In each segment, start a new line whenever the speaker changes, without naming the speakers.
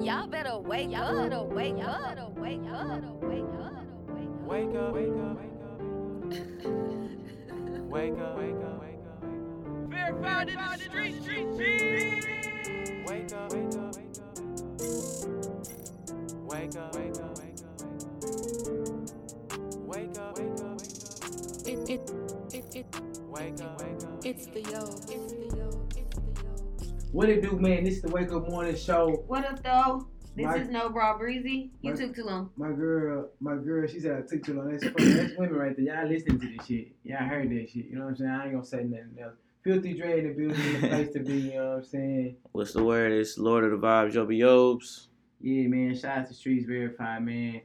Y'all better wake y'all up. Better wake y'all up. Better wake y'all better wake up. Wake up.
Wake up, wake up, wake up, wake up, wake up, wake up,
Fear found in the street, street, street.
wake up, wake up, wake up, wake up, wake up, wake up, wake up, wake up, wake up,
It, it, it, it,
wake up, wake up.
it's the yo, it's the yo, it's the yo.
What it do, man? This is the Wake Up Morning Show.
What up, though? This
My-
is No Bra Breezy. You
My-
took too long.
My girl, my girl, she said I took too long. That's, funny. That's women right there. Y'all listening to this shit. Y'all heard that shit. You know what I'm saying? I ain't gonna say nothing else. Filthy Dre in the building, the place to be. You know what I'm saying?
What's the word? It's Lord of the Vibes, Yobi Yobes.
Yeah, man. Shout out to Streets Verified, man.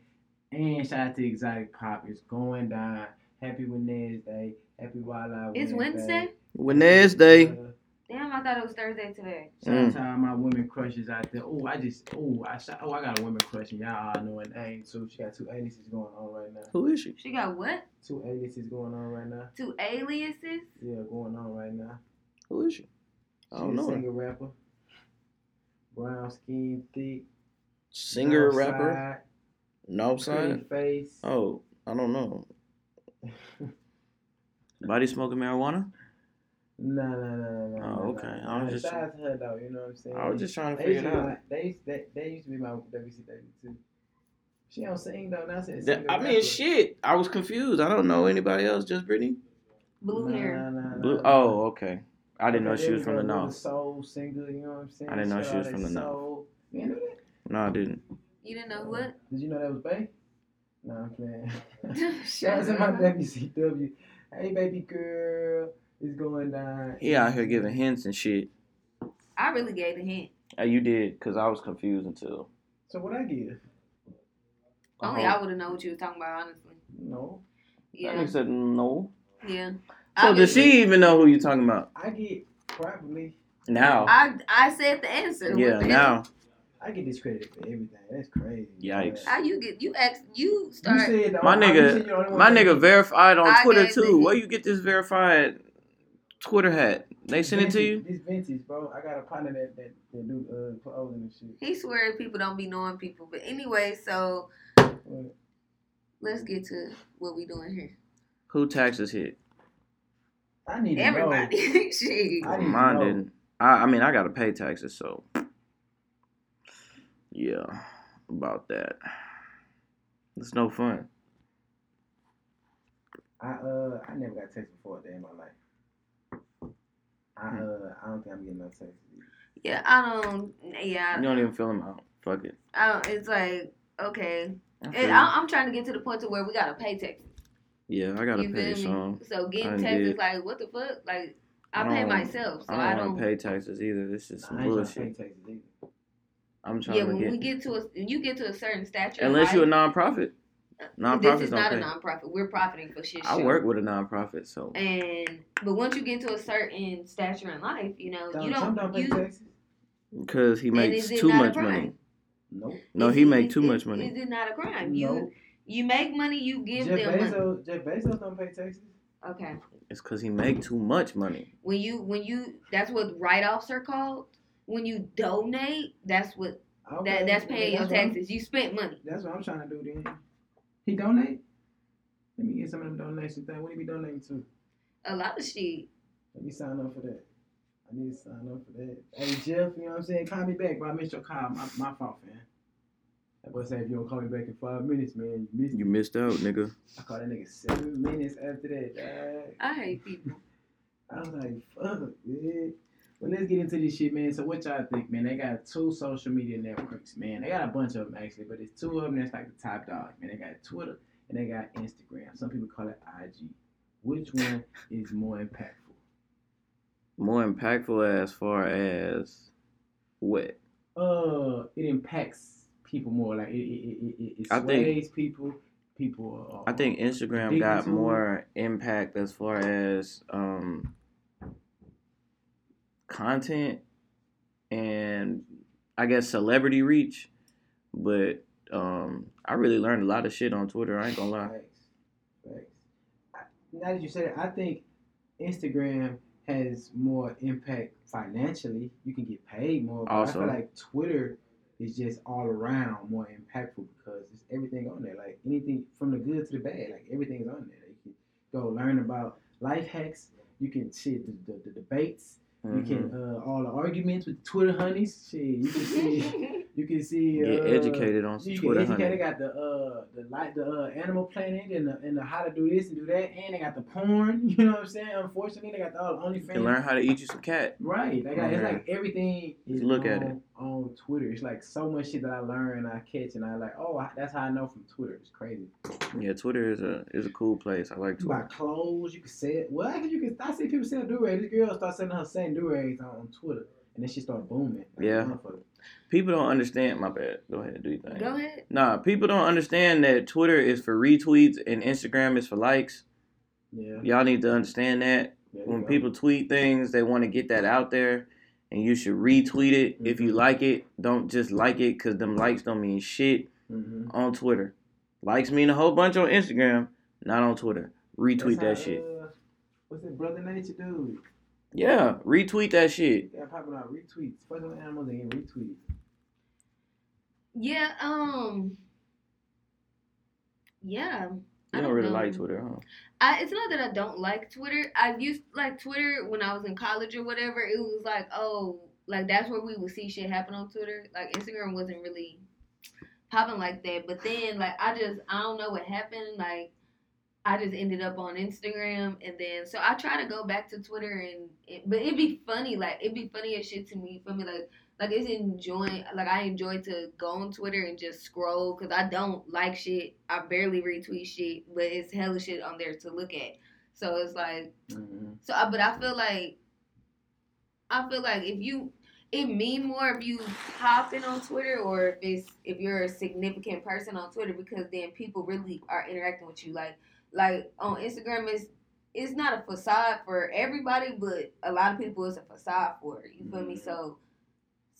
And shout out to Exotic Pop. It's going down. Happy Wednesday. Happy Wildlife
It's Wednesday?
Wednesday. Mm.
Uh,
Damn, I thought it was Thursday today.
Shout out to all my women crushes out there. Oh, I just, oh, I shot, oh, I got a women crush, and y'all all know her name too. She got two aliases going on right now.
Who is she?
She got what?
Two aliases going on right now.
Two aliases?
Yeah, going on right now.
Who is she?
She's
I don't
a
know. her.
singer rapper. Brown skin, thick.
Singer,
dark
rapper, North
side, pretty
side.
face.
Oh, I don't know. Body smoking marijuana?
No, no, no, no, no.
Oh, okay. I was just-
Shout out to her though. You know what I'm saying?
I was just trying to
They used
figure
to
it
be
out.
my, they, used, they, they used to be my WC baby too. She don't sing though. Now she's a
That-
singer
I mean,
rapper.
shit. I was confused. I don't know anybody else. Just Brittany.
Blue
Nah,
hair.
nah, nah,
Blue.
nah.
Oh, okay. I didn't know
Okay,
she was
there
from
we
the
go, another
north.
Soul singer, you know what I'm saying?
I didn't know
Shout
she was
out
from
that
the North.
soul. You know that?
No, I didn't.
You didn't know what?
Did you know that was Bay? No, I'm playing.
Shut
Shout out to my
up.
WCW. Hey, baby girl, it's going down.
He out here giving hints and shit.
I really gave a hint.
Oh, you did, cause I was confused until.
So what I give?
Only
Uh-huh.
Oh, I would have known what you was talking about, honestly.
No,
That
Yeah.
nigga said no.
Yeah.
So
I
does
mean,
she even know who you're talking about
I get probably.
now?
I, I said the answer. What
yeah,
the hell?
now.
I get discredited for everything. That's crazy.
Yikes.
How you get, you asked, you
You
start.
said the
My
only- you
nigga-
said you're the only
My
one that-
nigga verified on
I
Twitter
gave
too.
it-
Where you get this verified Twitter hat? They send it to you.
Vintage- This vintage, bro. I got a partner that that, that do uh, clothing and shit.
He swear people don't be knowing people. But anyway, so
What?
let's get to what we doing here.
Who taxes hit?
I need to know.
Everybody. Shit.
I didn't
Mine
know.
didn't. I, I mean, I gotta pay taxes, so yeah, about that. It's no fun.
I uh I never got texted before a day in my life. I
Hmm.
uh I don't think I'm getting no text.
Yeah, I don't. Yeah,
You
I,
don't even feel them out. Fuck it.
I don't. It's like okay.
I feel
And
you.
I, I'm trying to get to the point to where we gotta pay taxes.
yeah, I gotta
You
pay
feel me?
some.
So
I
getting
done
taxes
did.
like what the fuck? Like
I
I, pay
don't-
myself, so
I
I
don't,
don't.
want to pay taxes either. This is some
I ain't trying to
bullshit.
pay taxes either.
I'm trying
yeah,
to
when
get,
we get to a, when you get to a certain stature, in
unless you're a
life,
nonprofit.
This
Nonprofits
is
don't
not a
pay.
nonprofit. We're profiting for shit.
I
shoot.
work with a nonprofit, so
And but once you get to a certain stature in life, you know you
Donald
don't.
Trump don't pay
you,
taxes.
because he
and
makes
is it
too
not a
much
crime?
money.
Nope.
No,
Is
he
it-
make
is
too
it-
much money.
Is it not a crime?
No.
You you make money, you give
Jeff
them
Bezos
money.
Jeff Bezos don't pay taxes.
Okay.
It's because he make too much money.
when you when you that's what write offs are called. When you donate, that's what
Okay,
that that's
okay,
paying your
that's what I'm-
taxes. You spent money.
That's what I'm trying to do then. He donate? Let me get some of them donations thing. What he be donating to?
A lot of shit.
Let me sign up for that. I need to sign up for that. Hey Jeff, you know what I'm saying? Call me back, bro. I missed your call. My, my fault, man. That boy said if you don't call me back in five minutes, man, you missed
You missed out, nigga.
I called that nigga seven minutes after that. dog.
I hate people.
I was like, fuck, man. Well, let's get into this shit, man. So, what y'all think, man? They got two social media networks, man. They got a bunch of them, actually, but it's two of them that's like the top dog, man. They got Twitter and they got Instagram. Some people call it IG. Which one is more impactful?
More impactful as far as what?
Uh, it impacts people more. Like, it, it, it, it, it
I
sways
think-
people. People are.
I think Instagram
Addicted
got
to
more impact as far as um, content and I guess celebrity reach. But um, I really learned a lot of shit on Twitter. I ain't gonna lie.
Facts. Facts. I, now that you said it, I think Instagram has more impact financially. You can get paid more. But I
Also.
feel like Twitter is just all around more impactful because it's everything on there. Like anything from the good to the bad, like everything's on there. Like, you can go learn about life hacks. You can see the, the, the debates. You can uh,
Mm-hmm.
all the arguments with Twitter honeys. Shit, you can see. You can see.
Get
uh,
educated on some
You
Twitter,
get educated. They
honey.
got the uh the light the uh, Animal Planet and the, and the how to do this and do that, and they got the porn. You know what I'm saying? Unfortunately, they got the all the
You can
OnlyFans.
learn how to eat you some cat.
Right. Like, I- It's
Yeah.
like everything is
Look
on,
at
on Twitter. It's like so much shit that I learn, I catch, and I like, oh, I- that's how I know from Twitter. It's crazy.
Yeah, Twitter is a is a cool place. I like
You buy
Twitter.
clothes, you can sell. Well, I think you can. I see people sell do rags. This girl started selling her same do rags on, on Twitter, and then she started booming. Like,
Yeah.
motherfucker.
People don't understand. My bad. Go ahead, do your thing.
Go ahead.
Nah, people don't understand that Twitter is for retweets and Instagram is for likes.
Yeah.
Y'all need to understand that.
there you
When
go.
people tweet things, they want to get that out there, and you should retweet it if you
Mhm.
like it. Don't just like it because them likes don't mean shit
Mhm.
on Twitter. Likes mean a whole bunch on Instagram, not on Twitter. Retweet
That's
that
how,
shit.
uh, what's it, brother nature dude?
Yeah, retweet that shit.
Yeah, popping out retweets. Fucking with animals and getting retweets.
Yeah. Um. Yeah.
You don't really like Twitter, huh?
I, it's not that I don't like Twitter. I used like Twitter when I was in college or whatever. It was like, oh, like that's where we would see shit happen on Twitter. Like Instagram wasn't really popping like that. But then, like, I just I don't know what happened. Like, I just ended up on Instagram, and then so I try to go back to Twitter, and it, but it'd be funny. Like, it'd be funny as shit to me. For me, like. Like it's enjoying, like I enjoy to go on Twitter and just scroll because I don't like shit. I barely retweet shit, but it's hella shit on there to look at. So it's like,
Mm-hmm.
so I, but I feel like, I feel like if you, it mean more if you pop in on Twitter or if it's if you're a significant person on Twitter because then people really are interacting with you. Like like on Instagram it's it's not a facade for everybody, but a lot of people it's a facade for. You feel me?
Mhm.
So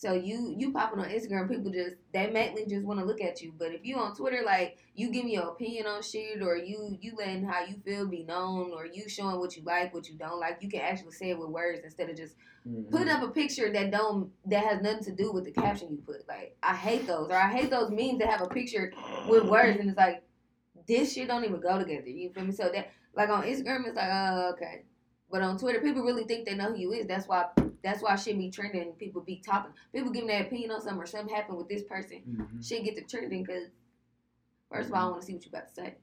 so you you popping on Instagram, people just they mainly just want to look at you. But if you on Twitter, like you give me your opinion on shit, or you you letting how you feel be known, or you showing what you like, what you don't like, you can actually say it with words instead of just putting up a picture that don't that has nothing to do with the caption you put. Like I hate those, or I hate those memes that have a picture with words, and it's like this shit don't even go together. You feel me? So that like on Instagram, it's like oh okay, but on Twitter, people really think they know who you is. That's why that's why shit be trending. People be topping. People giving their opinion on something or something happened with this person.
Mm-hmm.
Shit get to trending because first of all, I want to see what you about to say.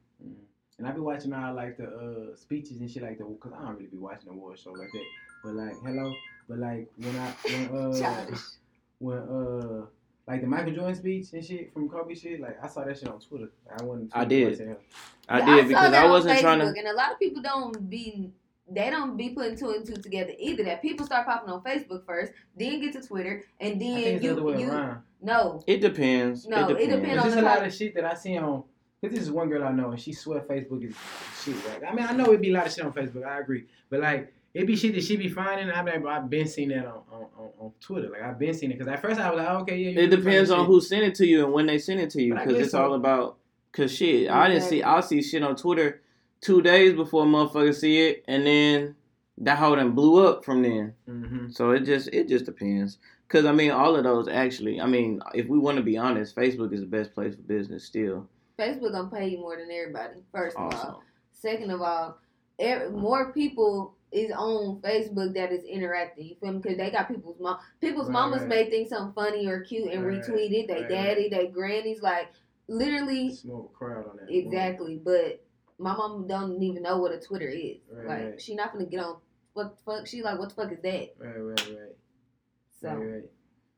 And I be watching all like the uh, speeches and shit like that because I don't really be watching award show like that. But like, hello. But like when I when uh
Childish.
when uh like the Michael Jordan speech and shit from Kobe shit, like I saw that shit on Twitter. I wasn't.
I did.
Twitter person.
I
But
did
saw
because
that
I
on
wasn't trying to.
Facebook, And a lot of people don't be they don't be putting two and two together either. That people start popping on Facebook first, then get to Twitter, and
I think
then
it's the other way
you you
around.
no.
It depends.
No, it
it depends.
depend
It's
on
just
the
a lot
type.
of shit that I see on. Cause this is one girl I know, and she swear Facebook is shit. Right? I mean, I know it'd be a lot of shit on Facebook. I agree, but like it'd be shit that she be finding. and I'm like, bro, I've been seeing that on, on, on, on Twitter. Like I've been seeing it. Cause at first I was like, oh, okay, yeah. you
It
be
depends
finding
on
shit.
who sent it to you and when they sent it to you
But I
because
guess
it's all
so.
about. Cause shit, I didn't see. I see shit on Twitter two days before motherfuckers see it, and then that whole done blew up from then.
Mhm.
So it just it just depends. Cause I mean, all of those actually. I mean, if we want to be honest, Facebook is the best place for business still.
Facebook gonna pay you more than everybody. First of all,
Also,
second of all, ev more people is on Facebook that is interacting. You feel me? Because they got people's mom, people's
Right,
mamas
right.
may think something funny or cute and
Right,
retweet it. They
right,
daddy, they grannies, like literally
It's more of a crowd on that.
Exactly, but my mom don't even know what a Twitter is.
Right,
Like
right.
she not gonna get on what the fuck she like what the fuck is that?
Right, right, right,
So
right, right.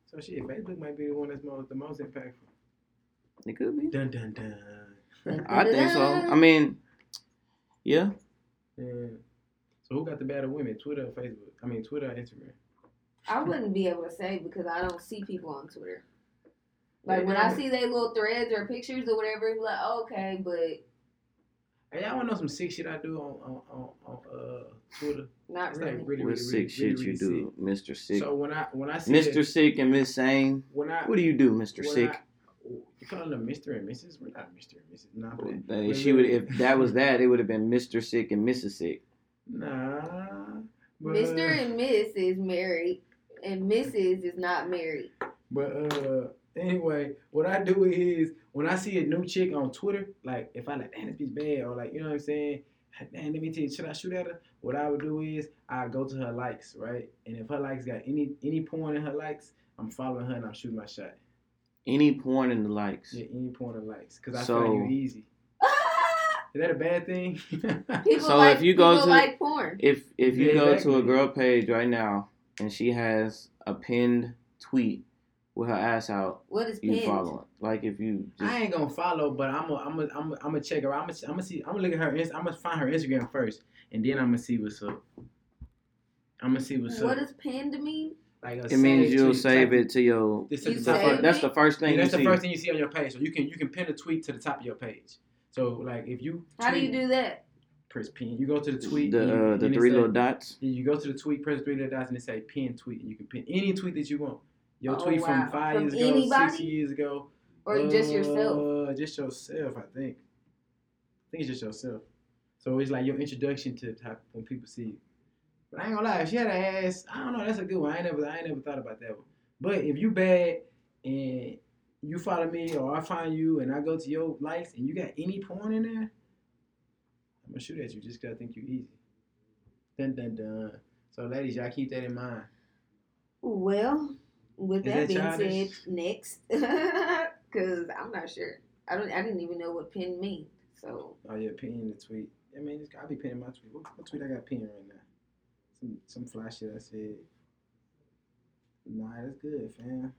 So shit, Facebook might be the one that's most the most impactful.
it could be.
Dun dun dun.
I think so. I mean, yeah.
Yeah. So who got the battle women? Twitter or Facebook? I mean, Twitter or Instagram?
I wouldn't be able to say because I don't see people on Twitter. Like when I see they little threads or pictures or whatever, it's like okay, but
Hey, y'all wanna know some sick shit I do on on on, on uh, Twitter?
not
It's
really.
like really, really,
What
really,
sick
really,
shit you
really
do, Mister
sick.
Sick,
So when I when I see
Mister
that-
Sick, and Miss Sane?
when I
What do you do, Mister
when
Sick?
I- you calling them Mister and Mrs. We're not Mister and Mrs. Nah, but-
Uh, she would if that was that, it would have been Mr. Sick and Mrs. Sick.
nah. but- uh,
Mr. and Miss is married and Mrs. is not married.
But uh, anyway, what I do is when I see a new chick on Twitter, like if I like, damn, this bitch bad, or like, you know what I'm saying? Damn, let me tell you, should I shoot at her? What I would do is I go to her likes, right? And if her likes got any any porn in her likes, I'm following her and I'm shooting my shot.
Any porn in the likes.
Yeah, any porn in likes, cause I
So-
find you easy. Is that a bad thing?
people
So
like,
if you go
people
to-
like porn.
If if you
Yeah,
go to
exactly.
a girl page right now and she has a pinned tweet with her ass out,
What is
you
pinned?
follow it. Like if you just
I ain't gonna follow, but I'm gonna I'm I'm I'm gonna check her. I'm gonna I'm gonna see. I'm gonna look at her. Inst- I'm gonna find her Instagram first, and then I'm gonna see what's up. I'm gonna see what's
what
up.
does pinned mean?
Like a
it means
saved
you'll
tweet,
save
like-
it to your.
This
You
is the
That's
top
save
of-
the- that's the first thing
yeah, that's
you
the
see.
first thing you see on your page. So you can you can pin a tweet to the top of your page. So like if you
How do you
tweet,
do that?
Press pin. You go to the tweet.
the
and you-
uh,
and
the
it
three
say-
little dots.
You go to the tweet. Press three little dots and it say pin tweet, and you can pin any tweet that you want. Your
Oh,
tweet
wow.
from five
From
years ago, six
anybody?
years ago,
Or just yourself?
uh, just yourself, I think. I think it's just yourself. So it's like your introduction to how, when people see you. But I ain't gonna lie, if she had an ass, I don't know. That's a good one. I ain't never, I ain't never thought about that one. But if you bad and you follow me or I find you and I go to your likes and you got any porn in there, I'm gonna shoot at you just 'cause I think you easy. Dun dun dun. So ladies, y'all keep that in mind.
Well, with
Is
that,
that
being
childish?
said, next, because I'm not sure. I don't. I didn't even know what pin means. So
Oh yeah, pinning the tweet. I mean, it's, I be pinning my tweet. What, what tweet I got pinned right now? Some some fly shit I said. Nah, that's good, fam.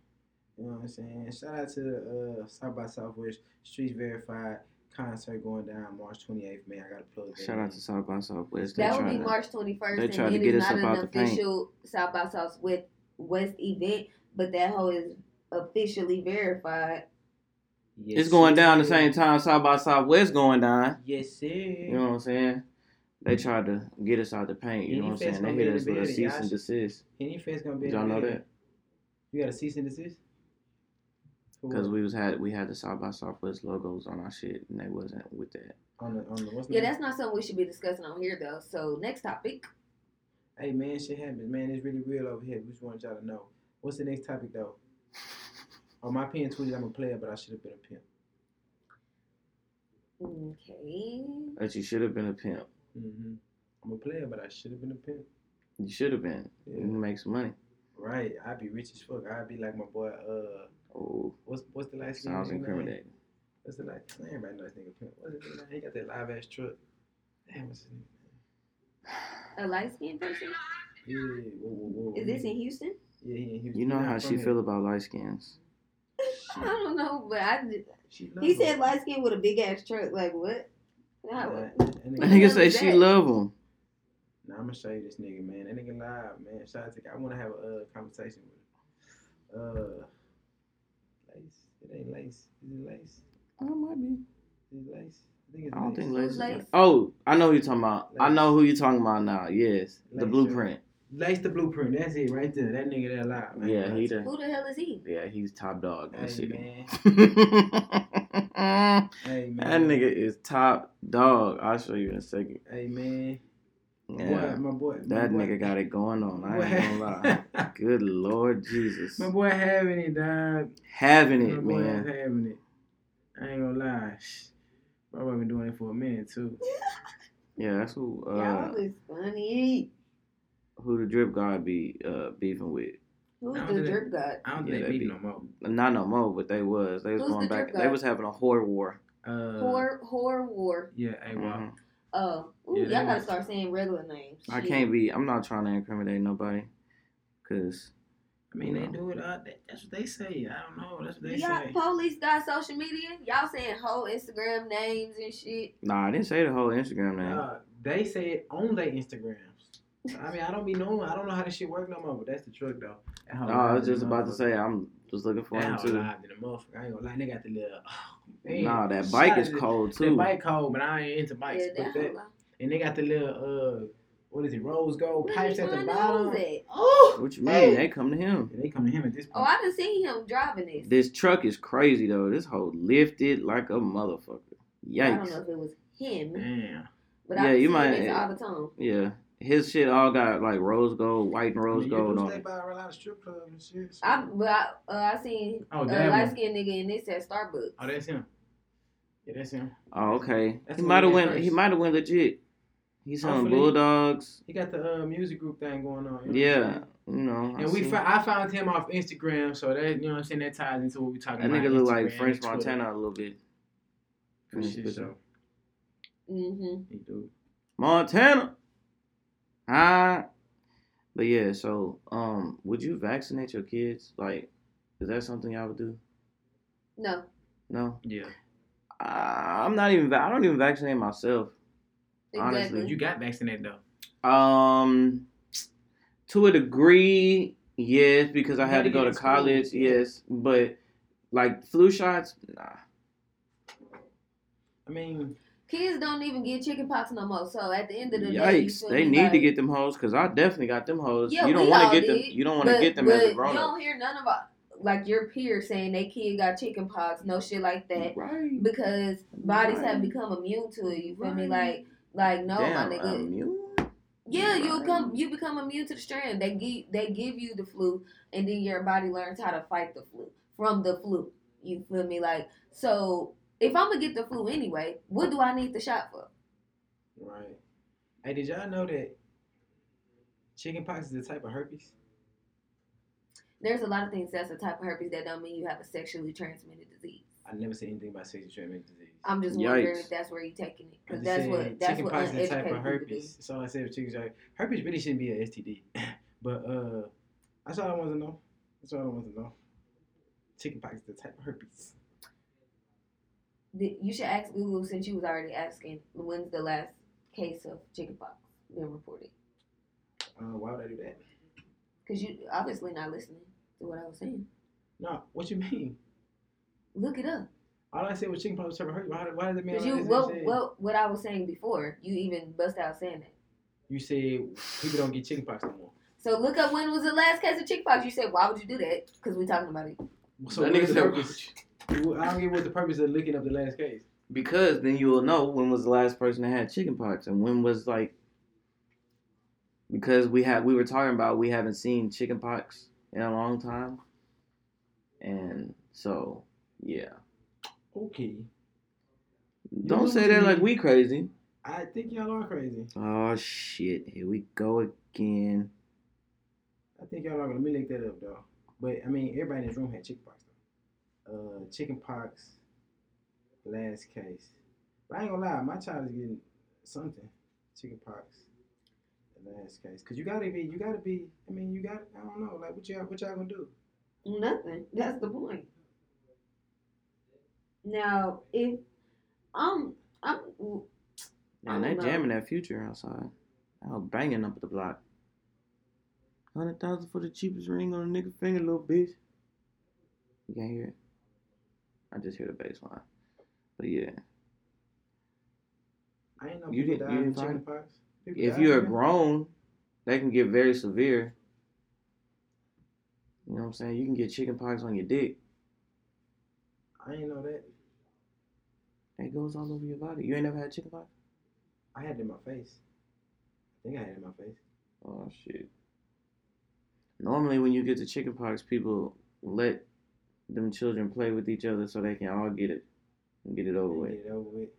You know what I'm saying? Shout out to uh, South by Southwest Streets Verified concert going down March 28th. Man, I gotta plug that.
Shout out
in.
to South by Southwest. They
that would
trying
be
to-
March 21st,
they
and
tried to
it
get
is
us
not
up out
an
the paint.
official South by South with West event, but that hoe is officially verified.
Yes,
It's going down the
sir.
same time South by Southwest going down.
Yes, sir.
You know what I'm saying? They tried to get us out the paint.
Any
You know what I'm saying?
fest
They
gonna be
hit
in
us
the
with a
building,
cease
y'all.
and desist
Any fans gonna be?
Did y'all know
there?
that?
You got a cease and desist? Who
because
was-
we was had we had the South by Southwest logos on our shit and they wasn't with that.
on the on the what's
Yeah,
name?
that's not something we should be discussing on here though. So next topic.
Hey man, shit happens, man. It's really real over here. We just want y'all to know. What's the next topic though? On my pen tweeted I'm a player, but I should have been a pimp.
Okay.
That you should have been a pimp. Mm-hmm.
hmm I'm a player, but I should have been a pimp.
You should have been. You
Yeah.
can make some money.
Right. I'd be rich as fuck. I'd be like my boy. Uh,
Oh,
what's what's the last name?
sounds incriminating.
What's the last? Everybody knows nigga pimp. What's his name? He got that live ass truck. Damn, what's his name?
A light skinned person?
Yeah, whoa, whoa, whoa.
Is this in Houston?
Yeah, he in Houston.
You know
He not
how
from
she
here.
feel about light skins.
I don't know, but I did-
She love
he
him.
said light skin with a big ass truck. Like what? How-
Nah,
That
that
What
nigga
the
nigga-
hell
say
is
she
that?
love him.
Nah, I'm gonna show you this nigga, man. That nigga live, man. Shout out to I wanna have a uh, conversation with him. Uh Lace. It ain't lace. Is it lace?
I might be.
Is it lace? I think it's
I don't think
lace.
Lace. is-
Lace.
Oh, I know who you're talking about. I
Lace.
know who you're talking about now. Yes,
Lace, yeah.
the blueprint.
Lace the blueprint. That's it right there. That nigga that live. man.
Yeah, he
Who
the.
the hell is he?
Yeah, he's top dog. in the
Hey
city.
man.
that
Hey man.
nigga is top dog. I'll show you in a second.
Hey man. Boy,
Yeah,
my boy. my
that
boy-
nigga got it going on. I ain't
boy-
gonna lie. Good Lord Jesus,
my boy having it, dog.
having
my
it,
boy is
man.
having it. I ain't gonna lie. Shh. My boy been doing it for a minute too.
Yeah, that's who. Uh,
Y'all is funny.
who the drip guard be uh, beefing with?
Who's
I don't
the
think-
drip god?
I don't
Yeah,
think
they
they
be-
be no more.
Not no more, but they was. They was
Who's
going
the
back.
drip
They
guard?
was having a whore war.
Uh,
Whore, whore, war.
Yeah, hey, wow.
Mhm.
Oh, ooh,
Yeah, that
y'all gotta
is-
start saying regular names.
I
Shit.
can't be. I'm not trying to incriminate nobody, cause
I mean, they
Yeah.
do it. All, that, that's what they say. I don't know. That's what they
Y'all,
say.
police got social media. Y'all saying whole Instagram names and shit.
nah, I didn't say the whole Instagram name.
Uh, they say it on their Instagrams. I mean, I don't be knowing. I don't know how this shit work no more. But that's the truck though. That hoe
No, Oh, I
live
was
than
just
a
about to
motherfucker.
say I'm just looking for him
That hoe
too.
live than a motherfucker. I ain't gonna lie. They got the little. oh, man,
Nah, that
shout
bike
out
is
to the-
cold
That
too.
bike cold, but I ain't into bikes.
Yeah, that
but that,
whole lot.
and they got the little uh, what is it? Rose gold
Where
pipes
you
at the
find
bottom.
those at? Oh,
What you mean? They come to him.
Yeah, they come to him at this
oh,
point.
I done seen him driving this.
This truck is crazy though. This hoe lifted like a motherfucker.
I don't know
Yikes.
if it was him,
Damn.
but
Yeah,
I
you
you might
might-
this all the time.
Yeah, his shit all got like rose gold, white and rose
you
gold
do
on
stay
it.
by a lot of strip clubs and shit. so-
I but I, uh, I seen
Oh,
a
that
light
one.
skinned nigga in this at Starbucks.
Oh, that's him. Yeah, that's him.
Oh, okay.
That's
he
what
might have
we had
went. He
first.
might have went legit. He's on
Hopefully.
Bulldogs.
He got the uh, music group thing going on. you know what I'm
Yeah,
saying?
you know. I
And we,
seen-
fi- I found him off Instagram, so that you know what I'm saying. That ties into what we talking
that
about.
nigga look
Instagram
like
and
French
Twitter.
Montana a little bit.
For sure, so
Mm-hmm.
he do.
Montana. Ah, but yeah. So, um, would you vaccinate your kids? Like, is that something y'all would do?
No,
No,
Yeah,
uh, I'm not even. va- I don't even vaccinate myself. Honestly,
exactly.
you got vaccinated though.
Um, to a degree, yes, because I
You
had to
gotta
go
get
to
in school.
college. Yes, but like flu shots, nah.
I mean,
Kids don't even get chickenpox no more. So at the end of the day, you
Yikes!
feel
They
me,
need to
like-
get them hoes because I definitely got them hoes.
Yeah,
you don't
we
want
all
to get them.
did,
You don't want to
But-
get them as
but
a grown
You
up.
don't hear none about like your peers saying they kid got chickenpox, no shit like that,
Right.
because bodies have
Right.
become immune to it. You feel me?
Right.
Like, like no,
Damn, um,
my nigga.
immune?
Yeah, you
Right.
come you become immune to the strand. They give they give you the flu and then your body learns how to fight the flu from the flu. You feel me? Like so if I'm gonna get the flu anyway, what do I need the shot for?
right. Hey, did y'all know that chickenpox is a type of herpes?
There's a lot of things that's a type of herpes that don't mean you have a sexually transmitted disease.
I never said anything about sexually transmitted disease.
I'm just wondering
Yikes.
if that's where you're taking it
I'm
because
just
that's
saying,
what that's what
chickenpox is a type of
uneducated people do.
herpes. That's all I said. with Chicken pox. herpes really shouldn't be an STD, but uh, that's all I want to know. That's all I want to know. Chickenpox is the type of herpes.
Th- You should ask Google since you was already asking when's the last case of chickenpox been reported
Uh, why would I do that?
because you obviously not listening to what I was saying.
No, what you mean?
Look it up.
All I said was chickenpox was a type of herpes. Why, why does it mean?
Cause
all
you
this and
what
shit?
what what I was saying before you even bust out saying that.
You said people don't get chickenpox no more.
So look up when was the last case of chickenpox. You said why would you do that? Because we talking about it.
So
That
what
nigga
is the
said,
purpose? I don't get what the purpose of looking up the last case.
Because then you will know when was the last person that had chickenpox and when was like because we had we were talking about we haven't seen chickenpox in a long time. And so yeah.
Okay,
Don't
know
say
what
that
you
like
mean.
we crazy.
I think y'all are crazy.
Oh shit, here we go again.
I think y'all are gonna let me look that up though. But I mean, everybody in this room had chickenpox though. Uh, chickenpox, last case. But I ain't gonna lie, my child is getting something. Chickenpox, the last case. Cause you gotta be, you gotta be. I mean, you got. I don't know. Like, what y'all, what y'all gonna do?
Nothing. That's the point. Now if I'm I'm
Man, they
don't know.
jamming that future outside. I was banging up the block. Hundred thousand for the cheapest ring on a nigga finger, little bitch. You can't hear it. I just hear the bass line. But yeah,
I ain't know
You
people
didn't-
die
you
from
didn't find-
chickenpox. People
if
die
you're
from it?
grown, they can get very severe. You know what I'm saying? You can get chicken pox on your dick.
I ain't know that.
That goes all over your body. You ain't never had chicken pox?
I had it in my face. I think I had it in my face.
Oh shit. Normally when you get the chicken pox, people let them children play with each other so they can all get it and get it over
Didn't
with.
Get it over with.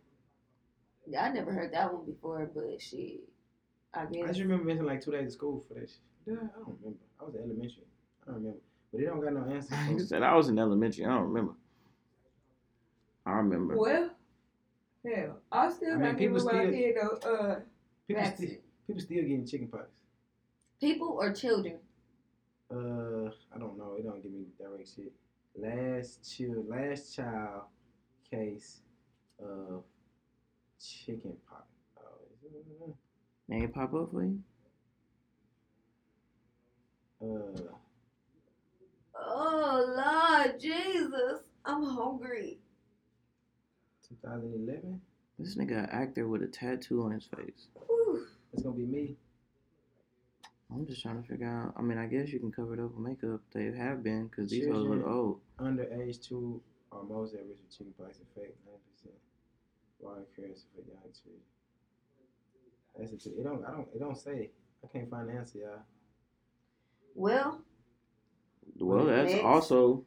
I never heard that one before, but shit, I
I
guess
just remember missing like two days of school for that shit. Did I? I don't remember. I was in elementary. I don't remember. But they don't got no answers.
Like I
so-
said, I was in elementary. I don't remember. I remember.
well. Hell, I still
I mean, people still-
kid though. Uh,
people,
That's
still,
it.
people still getting chickenpox.
people or children.
Uh, I don't know. It don't give me direct shit. Last child, last child case of chickenpox. Oh,
They ain't pop up for you?
Uh,
Oh Lord Jesus, I'm hungry.
2011.
This nigga an actor with a tattoo on his face.
Whew.
It's gonna be me.
I'm just trying to figure out. I mean, I guess you can cover it up with makeup. They have been because these hoes look
Children.
old.
Under age two are most um, at risk of chickenpox infection. Nine percent. Why occurs for young children? That's it. It don't. I don't. It don't say. I can't find the answer, y'all.
Well,
Well, that's
Next.
also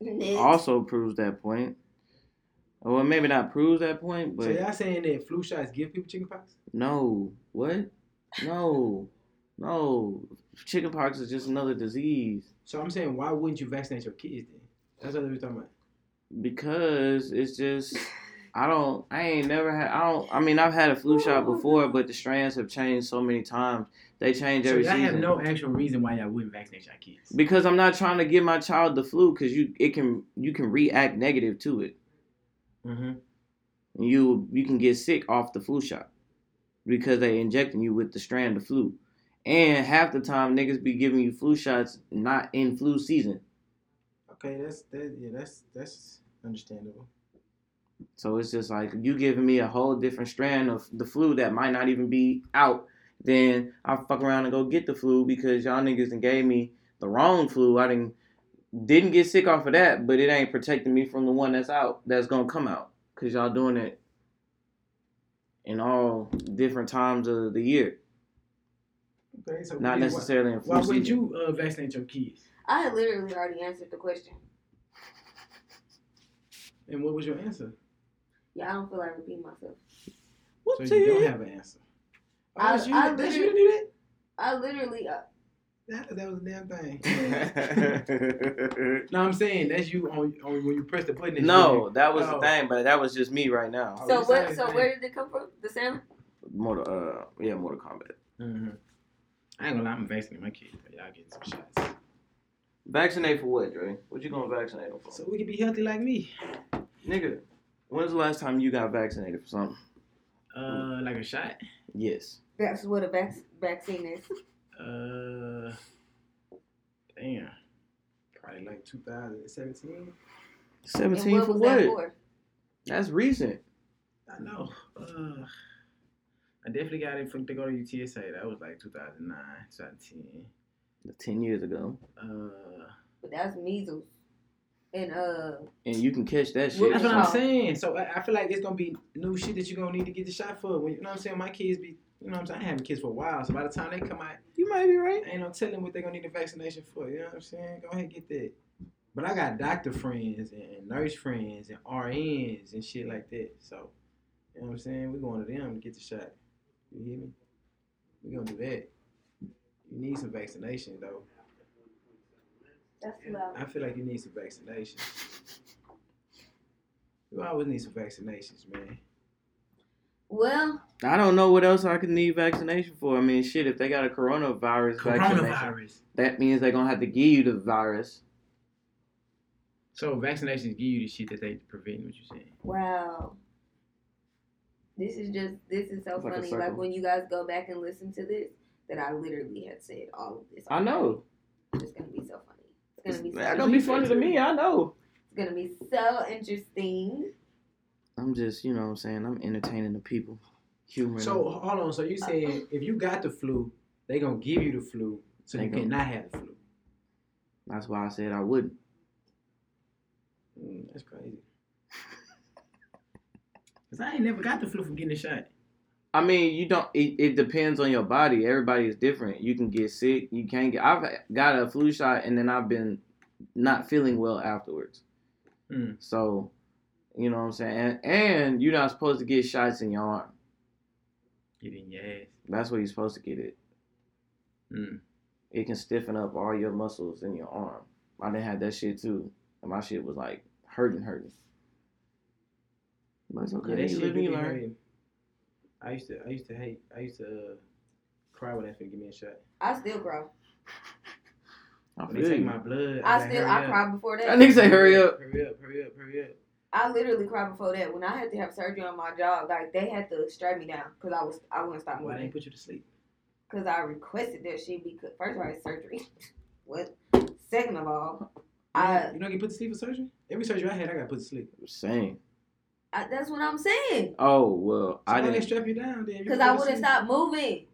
next.
also proves that point. Well, maybe not proves that point,
So
but
y'all saying that flu shots give people chickenpox?
no. What? No. No. Chickenpox is just another disease.
So I'm saying, why wouldn't you vaccinate your kids then? That's what we talking about.
because it's just I don't I ain't never had I don't I mean I've had a flu shot before but the strands have changed so many times they change
So
every
y'all have
season
no actual reason why y'all wouldn't vaccinate your kids.
because I'm not trying to give my child the flu because you it can you can react negative to it
Mm-hmm.
and you you can get sick off the flu shot because they injecting you with the strand of flu and half the time niggas be giving you flu shots not in flu season
Okay, that's that. Yeah, that's that's understandable.
So it's just like you giving me a whole different strand of the flu that might not even be out. Then I fuck around and go get the flu because y'all niggas done gave me the wrong flu. I didn't didn't get sick off of that, but it ain't protecting me from the one that's out that's gonna come out because y'all doing it in all different times of the year,
Okay, so
not
why-
necessarily in flu
Why, why would
season.
you uh, vaccinate your kids?
I had literally already answered the question.
And what was your answer?
Yeah, I don't feel like repeating myself.
so you don't have an answer. Oh,
I-
that's you,
I
that's you
literally-
to do
I literally, uh,
that? that? That was a damn thing. no, I'm saying that's you on, on when you press the button. it's
no, that was
Oh.
the thing, but that was just me right now.
Oh,
so
you
what?
sound
So
like-
where did it come from? The sound?
Mortal, uh, yeah, Mortal Kombat.
you. Mhm. I ain't gonna lie, I'm vaccinating my kids. But y'all getting some shots.
Vaccinate for what, Dre? What you gonna vaccinate them for?
So we can be healthy like me.
Nigga, when's the last time you got vaccinated for something?
Uh, like a shot.
Yes.
That's what a vac- vaccine is.
Uh, damn. Probably like 2017.
17
and
for
what was
what?
that for?
That's recent.
I know. Uh, I definitely got it for to go to UTSA. That was like 2009, 2010.
10 years ago.
Uh,
But that's measles. And uh,
And you can catch that shit.
Well,
that's what I'm
Oh.
saying. So I, I feel like it's gonna be new shit that you're gonna need to get the shot for. When, you know what I'm saying? My kids be, you know what I'm saying? I haven't kids for a while, so by the time they come out,
You might be right.
ain't no telling what they're gonna need the vaccination for. You know what I'm saying? Go ahead and get that. But I got doctor friends and nurse friends and RNs and shit like that. So, you know what I'm saying? We're going to them to get the shot. You hear me? We're gonna do that. You need some vaccination though.
that's loud.
I feel like you need some vaccinations. You always need some vaccinations, man.
Well,
I don't know what else I could need vaccination for. I mean, shit, if they got a coronavirus, vaccination,
Coronavirus.
that means they're gonna have to give you the virus.
So vaccinations give you the shit that they prevent. What you saying?
wow. This is just this is so
It's like a
funny.
circle.
Like when you guys go back and listen to this, that I literally had said all of this.
I know.
It's gonna be so funny. It's gonna be so.
That's gonna be funny to me. I know.
It's gonna be so interesting.
I'm just, you know what I'm saying? I'm entertaining the people. Humoring.
So
them.
hold on. So you saying if you got the flu, they gonna give you the flu, so
They
you
gonna-
cannot have the flu.
That's why I said I wouldn't.
Mm, that's crazy. Cause I ain't never got the flu from getting a shot.
I mean, you don't. It, it depends on your body. Everybody is different. You can get sick. You can get. I've got a flu shot, and then I've been not feeling well afterwards.
Hmm.
So, you know what I'm saying. And, and you're not supposed to get shots in your arm.
Get in your ass.
That's where you're supposed to get it.
Mm.
It can stiffen up all your muscles in your arm. I didn't have that shit too, and my shit was like hurting, hurting. But it's okay.
Yeah, that
you
shit
live and
really
you learn.
hurt. I used to, I used to hate, I used to uh, cry when they finna give me a shot.
I still cry.
I
When they
feel
take
you.
my blood,
I
like,
still
"Hurry
I
up."
cried before
That
that.
nigga say, "Hurry up."
Hurry up! Hurry up! Hurry up!
I literally cried before that. When I had to have surgery on my jaw, like they had to strap me down because I was I wouldn't stop
Why they
moving.
put you to sleep?
Cause I requested that she be cut. First of all, it's surgery. what? Second of all, I,
you don't get put to sleep for surgery? Every surgery I had, I got put to sleep.
Same.
I that's what I'm saying.
Oh well,
So
I
why they
didn't.
strap you down then? You
Cause
gonna
I
go to
wouldn't
sleep.
stop moving.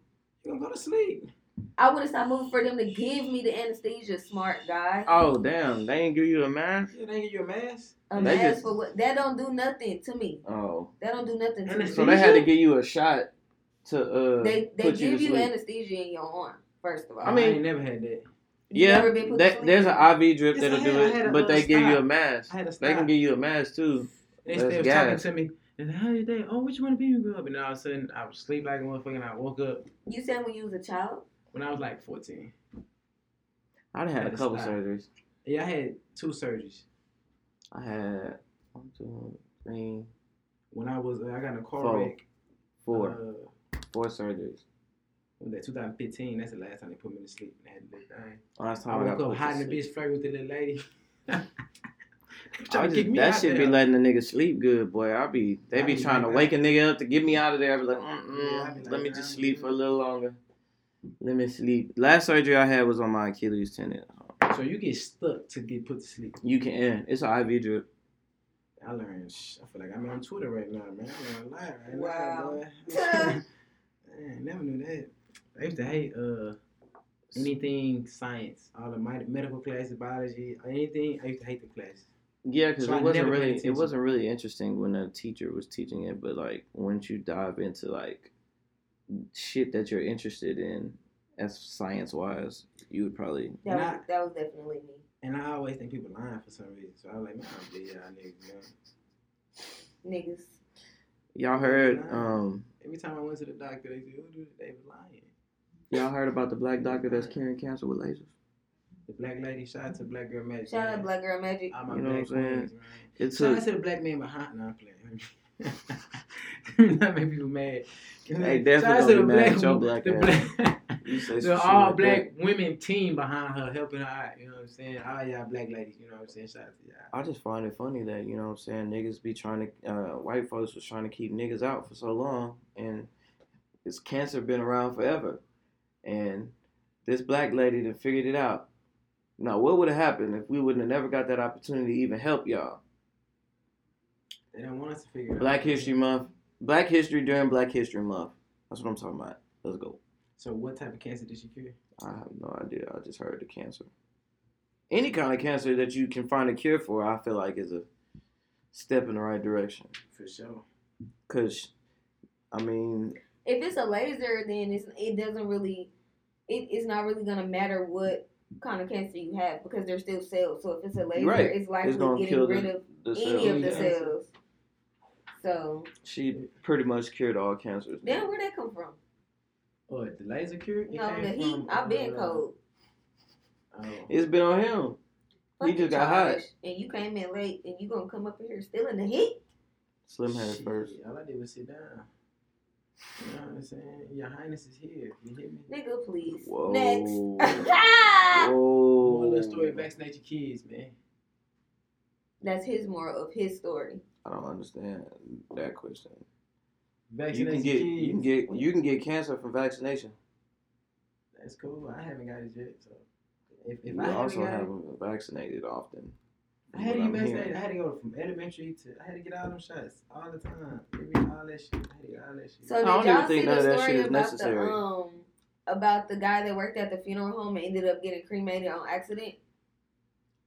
You gonna go to sleep?
I wouldn't stop moving for them to give me the anesthesia. Smart guy.
Oh damn! They didn't give you a mask.
Yeah, they give you a mask.
A
they
mask
just-
for what? That don't do nothing to me.
Oh,
That don't do nothing to me.
so they had to
Anesthesia?
give you a shot to uh
They they
put you
give
to
you,
sleep.
anesthesia in your arm. First of all,
I
I
mean-
mean, I ain't never had that.
You
yeah,
never been put to
that,
sleep?
there's an IV drip
Yes, I
that'll
had-
do
I
it,
had a
but
little
they give you a
stop.
mask.
I had to
They
stop.
can give you a mask too.
They
That's
still was talking
gas.
to me. They said, How your day? Oh, what you want to be when you grow up? And all of a sudden, I was asleep like a motherfucker, and I woke up
you said when you was a child.
when I was like 14.
I done had a
That's
couple
not-
surgeries.
Yeah, I had two surgeries.
I had one, two, three,
When I was, uh, I got in a car
Four.
wreck.
four,
Uh,
four surgeries.
what was that 2015? That's the last time they put me to sleep. And I had to do that thing.
Last
I
time I,
woke
got
up
put
hot
to
in the
sleep.
bitch, flirting with the little lady.
I
Trying to
just-
kick me
that
out
should be
there.
letting the nigga sleep good, boy. I be they
I
be
be
trying to
like
wake a
that.
nigga up to get me out of there. I be like,
Yeah, I
mm
be
let
like,
me
nah,
just
I'm
sleep
good.
for a little longer. Let me sleep. Last surgery I had was on my Achilles tendon.
So you get stuck to get put to sleep.
You can end. It's an IV drip.
I learned. Shh, I feel like I'm on Twitter right now, man. I'm on live right
Wow.
now, boy. Man, never knew that. I used to hate uh anything science, all the my, medical classes, biology, anything. I used to hate the classes.
Yeah, because
So I
it wasn't
never paid
really it
attention.
wasn't really interesting when a teacher was teaching it, but like once you dive into like shit that you're interested in, as science wise, you would probably
That was,
Not-
that was definitely me.
And I always think people lying for some reason. So I was like, man, I'm dead, y'all niggas. Man.
Niggas.
y'all heard
Nah.
um
Every time I went to the doctor, they said, "Who do they was lying?"
y'all heard about the black doctor that's curing cancer with lasers.
The black lady shout out to Black Girl Magic.
Shout
man.
out Black Girl Magic.
All my
You know
black
what I'm saying?
queens, man.
It
Shout out
took
to the black man behind. No, I'm playing. that make people mad.
They
Shout out
definitely
to the
gonna be mad at your
wo-
black
the
ass.
black-
you say some
the
shit
all
like
black
that.
women team behind her, helping her out. You know what I'm saying? All y'all black ladies. You know what I'm saying? Shout out to y'all.
I just find it funny that you know what I'm saying niggas be trying to uh, white folks was trying to keep niggas out for so long, and this cancer been around forever, and this black lady that figured it out. Now, what would have happened if we wouldn't have never got that opportunity to even help y'all?
They don't want us to figure it out.
Black History Month, Black History during Black History Month. That's what I'm talking about. Let's go.
So what type of cancer did she cure?
I have no idea. I just heard the cancer. Any kind of cancer that you can find a cure for, I feel like is a step in the right direction.
For sure.
Cause, I mean,
If it's a laser, then it's it doesn't really it, it's not really gonna matter what kind of cancer you have because they're still cells. So if it's a laser,
Right.
it's likely
gonna
getting
kill the
rid of
the
any of the
cells.
yeah.
cells. So
She pretty much cured all cancers.
damn, where'd that come from?
Oh, the laser cure? It
no,
came
the heat.
from,
I've been
uh,
cold.
Oh.
It's been on him. he
Fucking
just got hot.
childish. and you came in late, and you gonna come up in here still in the heat?
Slim had it
Shit,
first.
All I did was sit down. You know what I'm saying? Your Highness is here. You hear me?
Nigga, please.
Whoa.
Next.
Whoa. Oh.
Moral of the story, vaccinate your kids, man.
That's his moral of his story.
I don't understand that question. You
Vaccinate
can
your
get
kids.
you can get you can get cancer from vaccination.
That's cool. I haven't got it yet, so if, if
you
I haven't
also
got
have
it,
them vaccinated often.
I had to
What
get
I'm hearing.
vaccinated. I had to go from elementary to I had to get all them shots all the time. Give me all that shit. I had to get all that shit.
So
I
did
don't
y'all
even think
see
none
the
of that
story
shit is
about
necessary.
the um about the guy that worked at the funeral home and ended up getting cremated on accident?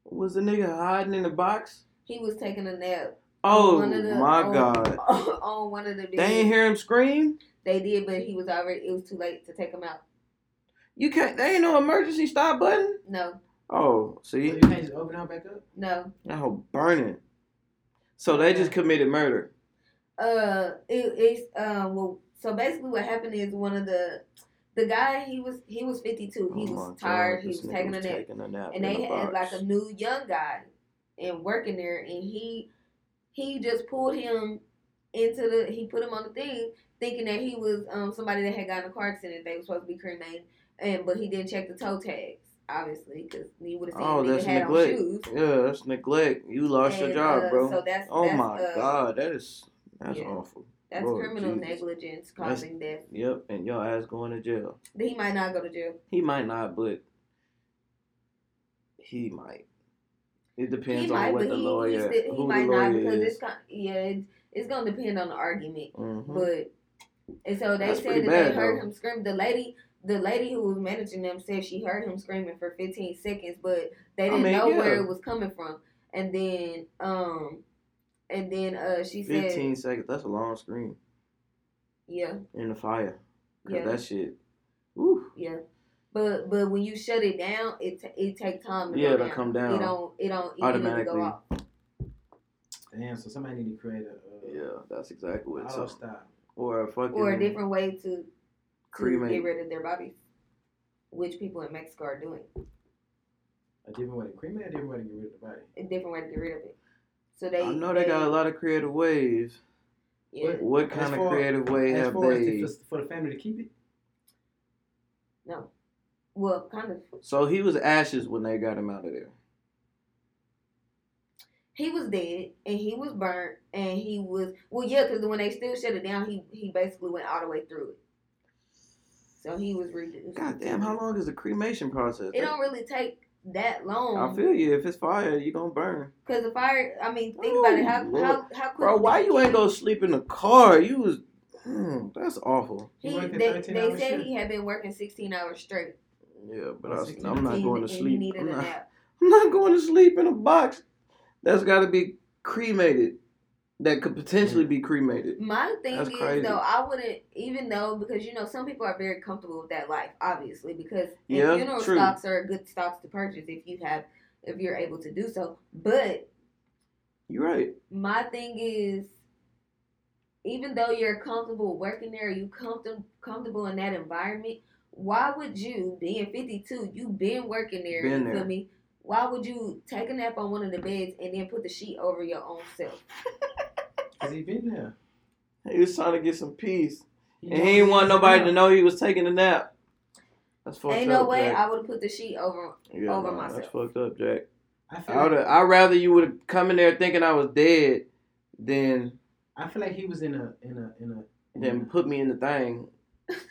Was the nigga hiding in the box?
He was taking a nap
Oh
one of the-
my
on-
god.
on one of the.
They ain't hear him scream?
They did, but he was already. It was too late to take him out.
You can't they ain't no emergency stop button?
No,
Oh, see
you can't just open it back up.
no.
that whole burning. So they just committed murder.
uh it, it's uh well so basically what happened is one of the the guy he was he was 52 he
Oh my
was
God,
tired he
this nigga
was taking a nap
taking a nap
and
in
they
a
had like
box.
a new young guy and working there and he he just pulled him into the he put him on the thing thinking that he was um somebody that had gotten in a car accident they were supposed to be cremated and but he didn't check the toe tags obviously because he would have seen
Oh,
oh,
that's
had
neglect.
on shoes
Yeah, that's neglect. You lost your
And,
job,
uh,
bro.
so that's-
oh
that's,
my
uh,
god, that is that's
yeah.
awful.
that's
Lord
criminal
Jesus.
negligence
That's-
causing death
Yep, and your ass going to jail.
he might not go to jail
He might not, but he might. It depends on what the lawyer
he, still- he
who
might
the lawyer
not because
is.
it's kind yeah, it's, it's gonna depend on the argument.
Mhm.
But and so they
That's pretty
said that
bad,
they heard
though.
him scream. The lady, the lady who was managing them said she heard him screaming for 15 seconds, but they
I
didn't
mean,
know where
yeah.
it was coming from. And then, um, and then uh, she said,
Fifteen seconds. That's a long screen
yeah,
in the fire. Cause
Yeah.
that shit, woo.
Yeah. But but when you shut it down, it ta it take time to
Yeah,
go
it'll
down.
come down
It don't it don't it immediately
automatically.
go off.
Damn, so somebody need to create a uh,
Yeah, that's exactly what.
auto
So,
stop.
or a fucking
Or a different way to, to
cremate.
get rid of their bodies, which people in Mexico are doing.
A different way to cremate, a different way to get rid of the body.
A different way to get rid of it. So they
I know they got a lot of creative ways.
Yeah.
What kind
far-
of creative way
As
have
far as
they?
the, for the family to keep it,
No. Well, kind of.
So he was ashes when they got him out of there.
He was dead and he was burnt and he was well, yeah, because when they still shut it down, he he basically went all the way through it. So he was reduced.
God damn, how long is the cremation process?
It don't really take that long.
I feel you. If it's fire, you gonna burn.
Cause the fire, I mean, think
Oh,
about it. How
Lord.
how how quick?
Bro, why you ain't go sleep in the car? You was, mm, that's awful.
He,
You working
they
13
they
hours
said
shift?
he had been working sixteen hours straight.
Yeah, but
Oh,
I,
16.
am not
and,
going to
and
sleep.
He needed
I'm
a
not,
nap.
I'm not going to sleep in a box that's got to be cremated. That could
Mm.
potentially be cremated.
My thing
That's
is
crazy.
though, I wouldn't even though because you know some people are very comfortable with that life, obviously because and
Yeah,
funeral
true.
stocks are good stocks to purchase if you have if you're able to do so. But
You're right.
my thing is, even though you're comfortable working there, you comfortable comfortable in that environment. Why would you, being 52, you been working there,
Been
you
there.
feel me? Why would you take a nap on one of the beds and then put the sheet over your own self?
cause he been there.
He was trying to get some peace, and
know
he didn't want
been
nobody
there.
to know he was taking a nap. That's fucked
Ain't
up.
no way
Jack.
I would have put the sheet over.
yeah,
over
nah, That's
myself.
fucked up, Jack.
I feel,
I would.
like,
I rather you would have come in there thinking I was dead, than
I feel like he was in a in a in a. in
Mm.
than put me in the thing.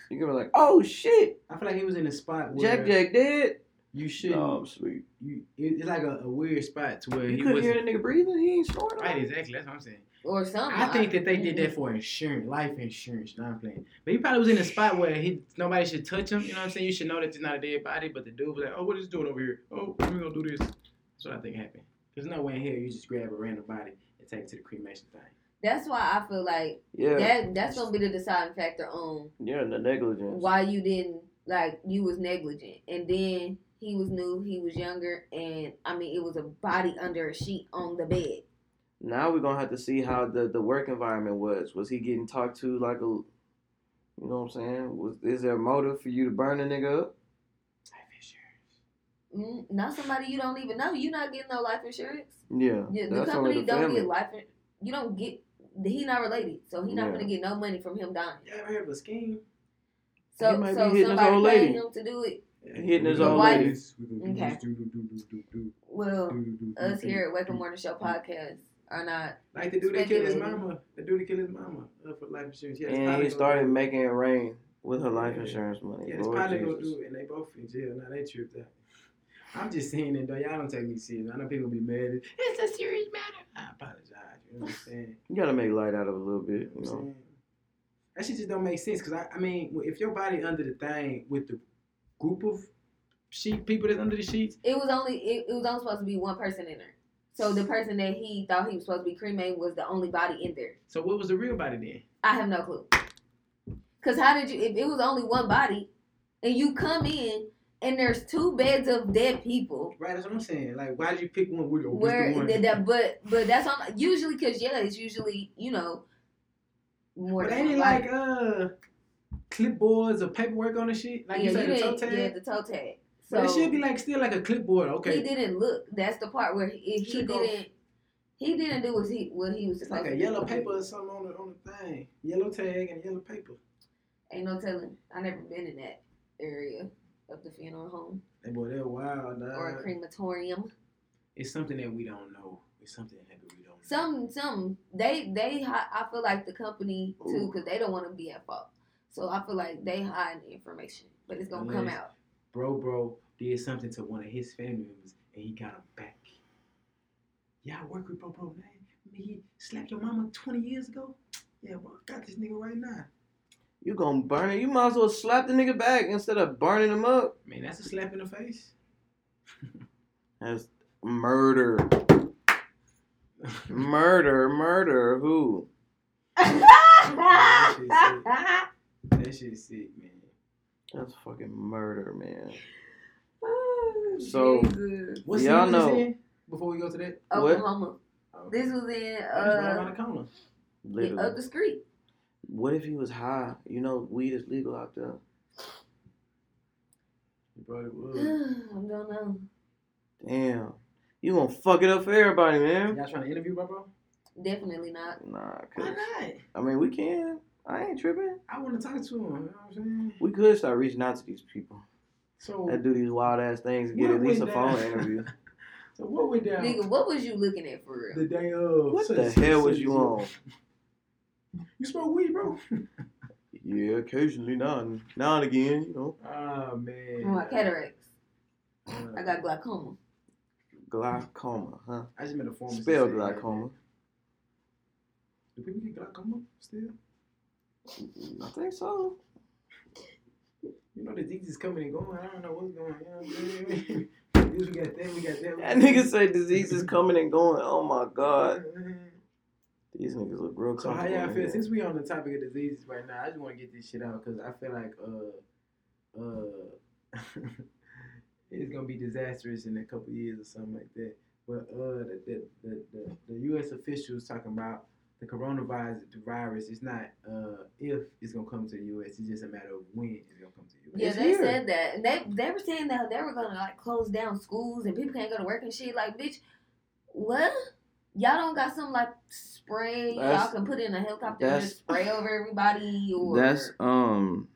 You're gonna be like, oh shit,
a- I feel like he was in a spot where
Jack Jack dead.
you shouldn't.
No, I'm sleep.
You, it- it's like a, a weird spot to where
You
he
couldn't
was.
hear the nigga breathing. He ain't snoring.
Right, exactly. That's what I'm saying.
Or something.
I think that they did that for insurance, life insurance. No, I'm playing. But he probably was in a spot where he nobody should touch him. You know what I'm saying? You should know that it's not a dead body. But the dude was like, "Oh, what is he doing over here? Oh, we gonna do this." That's what I think happened. There's no way in here you just grab a random body and take it to the cremation thing.
That's why I feel like
Yeah,
that that's gonna be the deciding factor on
yeah, the negligence.
why you didn't like you was negligent and then he was new he was younger and i mean it was a body under a sheet on the bed
Now we're gonna have to see how the the work environment was. Was he getting talked to like a, you know what I'm saying? Was is there a motive for you to burn a nigga up?
Life insurance.
mm, not somebody you don't even know you're not getting no life insurance
Yeah,
the, the
that's only
company
the
don't
family.
get life in- you don't get he not related so he not
Yeah.
gonna get no money from him dying
You ever heard of a scheme?
so
He might be
so
hitting his
somebody
old
paid
lady.
him to do it
Hitting his
We gonna
old
do
lady.
this. We gonna do
Okay.
this. Do, do, do, do, do, do,
well
Mm-hmm.
do, do, do,
us
do.
here at wake up morning show podcast are not
Like the dude that killed his
Speculating.
mama. The dude that killed his mama uh, for life insurance. Yeah, it's
and
probably
he
gonna-
started making it rain with her life
Yeah.
insurance money.
Yeah, it's
Lord
probably gonna
Jesus.
do it, and they both in jail. Now they tripped out. I'm just saying that though. Y'all don't take me serious. I know people be mad. At, it's a serious matter. I apologize. You know what I'm saying?
You gotta make light out of it a little
You know
bit,
what
you
I'm
know.
saying? That shit just don't make sense. Cause I, I mean, if your body under the thing with the group of sheet people that's under the sheets,
It was only it, it was only supposed to be one person in there. So the person that he thought he was supposed to be cremated was the only body in there.
so what was the real body then?
I have no clue. Cause how did you if it was only one body and you come in and there's two beds of dead people
Right, that's what I'm saying. Like, why did you pick one? With, oh, what's
where
the one?
that, that but but that's on usually cause yeah, it's usually, you know, more
but
than
ain't
one
it
body.
like uh clipboards or paperwork on the sheet? Like you
yeah,
said, the toe
didn't-
tag.
yeah, the toe tag.
but it
So-
should be like still like a clipboard. Okay,
He didn't look. That's the part where he, he
Should go.
didn't he didn't do what he what he was
It's
supposed
like
to
a
do.
yellow paper or something on the on the thing. Yellow tag and yellow paper.
Ain't no telling. I never been in that area of the funeral home
That boy, that wild. Dog.
or a crematorium.
it's something that we don't know. It's something that we don't. know.
Some some they they hi- I feel like the company too because they don't want to be at fault. So I feel like they hide the information, but it's gonna come
Unless-
out.
Bro, bro did something to one of his family members and he got him back. Y'all work with bro, bro, man. Remember He slapped your mama twenty years ago. Yeah, bro, I got this nigga right now.
You gonna burn it. You might as well slap the nigga back instead of burning him up.
Man, that's a slap in the face.
That's murder. Murder, murder, who?
That shit That shit's sick, man.
That's fucking murder, man.
Oh,
So,
Jesus.
What
Y'all
city was
know-
this in? Before we go to that,
what?
Oklahoma.
oh, okay.
This was in
That's right
uh
around the corner.
Literally.
up the street.
What if he was high? You know, weed is legal out there.
You probably
I
would.
don't know.
Damn. You gonna fuck it up for everybody, man.
Y'all trying to interview my bro?
Definitely not.
Nah,
Why
cause
not?
I mean we can. I ain't tripping.
I want to talk to him. You know what I'm saying?
We could start reaching out to these people
So,
that do these wild ass things and get
What
at least a
went
phone
down?
interview.
so what went down
Nigga, what was you looking at for real?
the day of?
What
So-
the
so-
hell
so-
was you on?
You smoke weed, bro?
Yeah, occasionally, now and now and again, you know.
Oh man.
Oh, my cataracts.
Uh,
I got glaucoma.
Glaucoma, huh?
I just met a former.
Spell glaucoma.
Do people get glaucoma still?
I think so.
You know, the disease is coming and going. I don't know what's going on. You know what I mean? This we got that, we got that. we
That
got
nigga said uh, disease is coming and going. Oh my god. These niggas look real
So how
comfortable.
y'all
in
feel?
here.
Since we on the topic of diseases right now, I just want to get this shit out because I feel like uh uh it's gonna be disastrous in a couple years or something like that. But uh the the, the, the, the U.S. officials talking about the coronavirus the virus. It's not uh if it's gonna come to the U.S. It's just a matter of when it's gonna come to the
Yeah,
U.S.
they said that. And They they were saying that they were gonna like close down schools and people can't go to work and shit. Like, bitch, what? Y'all don't got something like spray y'all
That's-
can put in a helicopter and
that's-
just spray over everybody or
That's um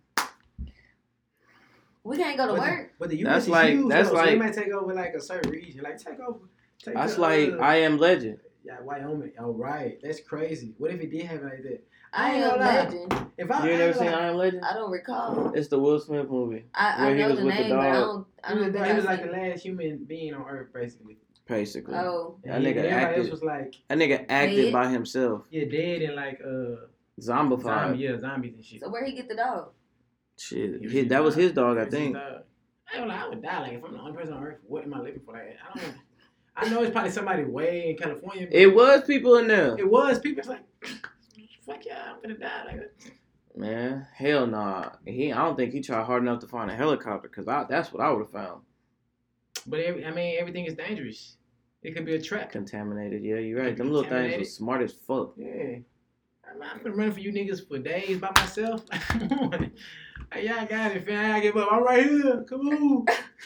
we can't go to
But the-
work.
But the U.S.
That's
is
like-
huge,
that's
though, so they
like-
might take over like a certain region, like take over. Take
That's
the,
like
uh,
I am legend.
Yeah, Wyoming. All right, that's crazy. What if it did happen like that?
I
ain't
am
gonna lie.
legend.
If
You
I
ain't
ain't
never seen
like,
I Am Legend?
I don't recall.
It's the Will Smith movie.
I, I
Where he
know
was
the
with the
name, but I
dog.
don't. I
he was,
don't think
he was
I've
like the
seen it.
last human being on Earth, basically.
Basically.
Oh,
That
And
nigga
everybody
acted.
else was like,
That nigga acted
Dead?
by himself.
yeah, dead and like uh,
Zombified.
zombie, yeah, zombies and shit.
so where he get the dog?
Shit.
He was
He-
just
that was
dog.
his dog,
He
I
was just
think.
dog. I don't know. I would die. Like if I'm the only person on Earth, what am I living for? Like I don't. I know it's probably somebody way in California. but
It was people in there.
It was. People was like, fuck yeah, I'm gonna die. Like
Man, hell nah. He I don't think he tried hard enough to find a helicopter because I that's what I would have found.
But every, I mean, everything is dangerous. It could be a trap.
Contaminated, yeah, you're right. Them little things
Contaminated.
was smart as fuck.
Yeah. I'm, I've been running for you niggas for days by myself. Come on. Hey, y'all got it, fam. I give up. I'm right here. Come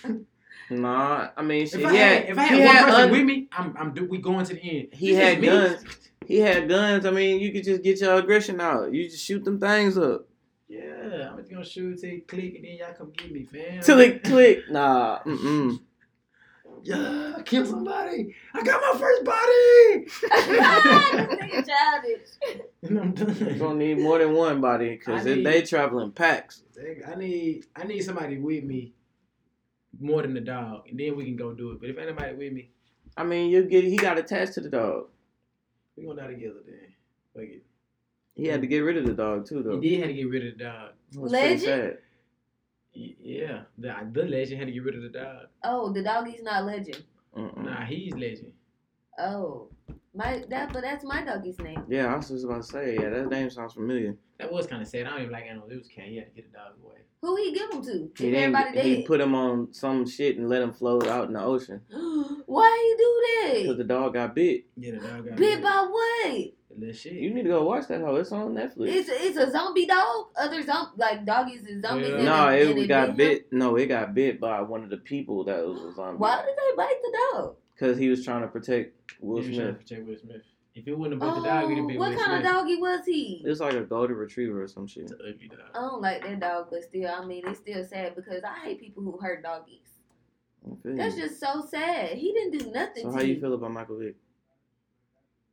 on.
Nah, I mean
If
shit.
I
he
had,
had-
if I had
he
one
had
person
un-
with me, I'm, I'm do, we going to the end.
He
This is
had
me.
guns. He had guns. I mean, you could just get your aggression out. You just shoot them things up
Yeah, I'm just gonna shoot till it click, and then y'all come get me, fam.
till it click. Nah, mm-mm.
Yeah, I killed somebody. I got my first body.
Nigga childish.
And I'm
you
done.
gonna need more than one body
I
because
need-
they traveling packs.
I need I need somebody with me more than the dog, and then we can go do it. But if anybody with me,
I mean, you get he got attached to the dog.
we gonna die together then. Fuck it.
He had to get rid of the dog too, though.
He did have to get rid of the dog.
It was pretty
Legend?
sad.
Y- Yeah, the the legend had to get rid of the dog.
Oh, the doggy's not legend.
Mm-mm.
Nah, he's legend.
Oh, my that but that's my doggy's name.
Yeah, I was just about to say. Yeah, that name sounds familiar.
That was kind of sad. I don't even like animals. It was cat. He had to get the dog away.
Who he give him to?
He
If everybody
didn't. He
dead.
put him on some shit and let him float out in the ocean
Why he
because
do
the dog got bit.
Yeah, the dog
that?
got
Bit by what?
The little shit.
You need to go watch that. How it's on Netflix.
It's it's a zombie dog. Other zombie like doggies is zombies.
Yeah.
and
No,
and
it, got
bit him?
bit. No, it got bit by one of the people that was a zombie.
Why did they bite the dog?
Because he was trying to protect
Yeah,
Will Smith.
Will Smith. Will Smith. If it wouldn't have
Oh,
been the dog, it'd be
what
Will
kind
Smith.
of doggy was he?
It's like a golden retriever or some shit.
It's an ugly dog.
I don't like that dog, but still, I mean, it's still sad because I hate people who hurt doggies.
I feel
That's
you.
just so sad. He didn't do nothing
Hmm. so
to
how you feel about Michael Vick?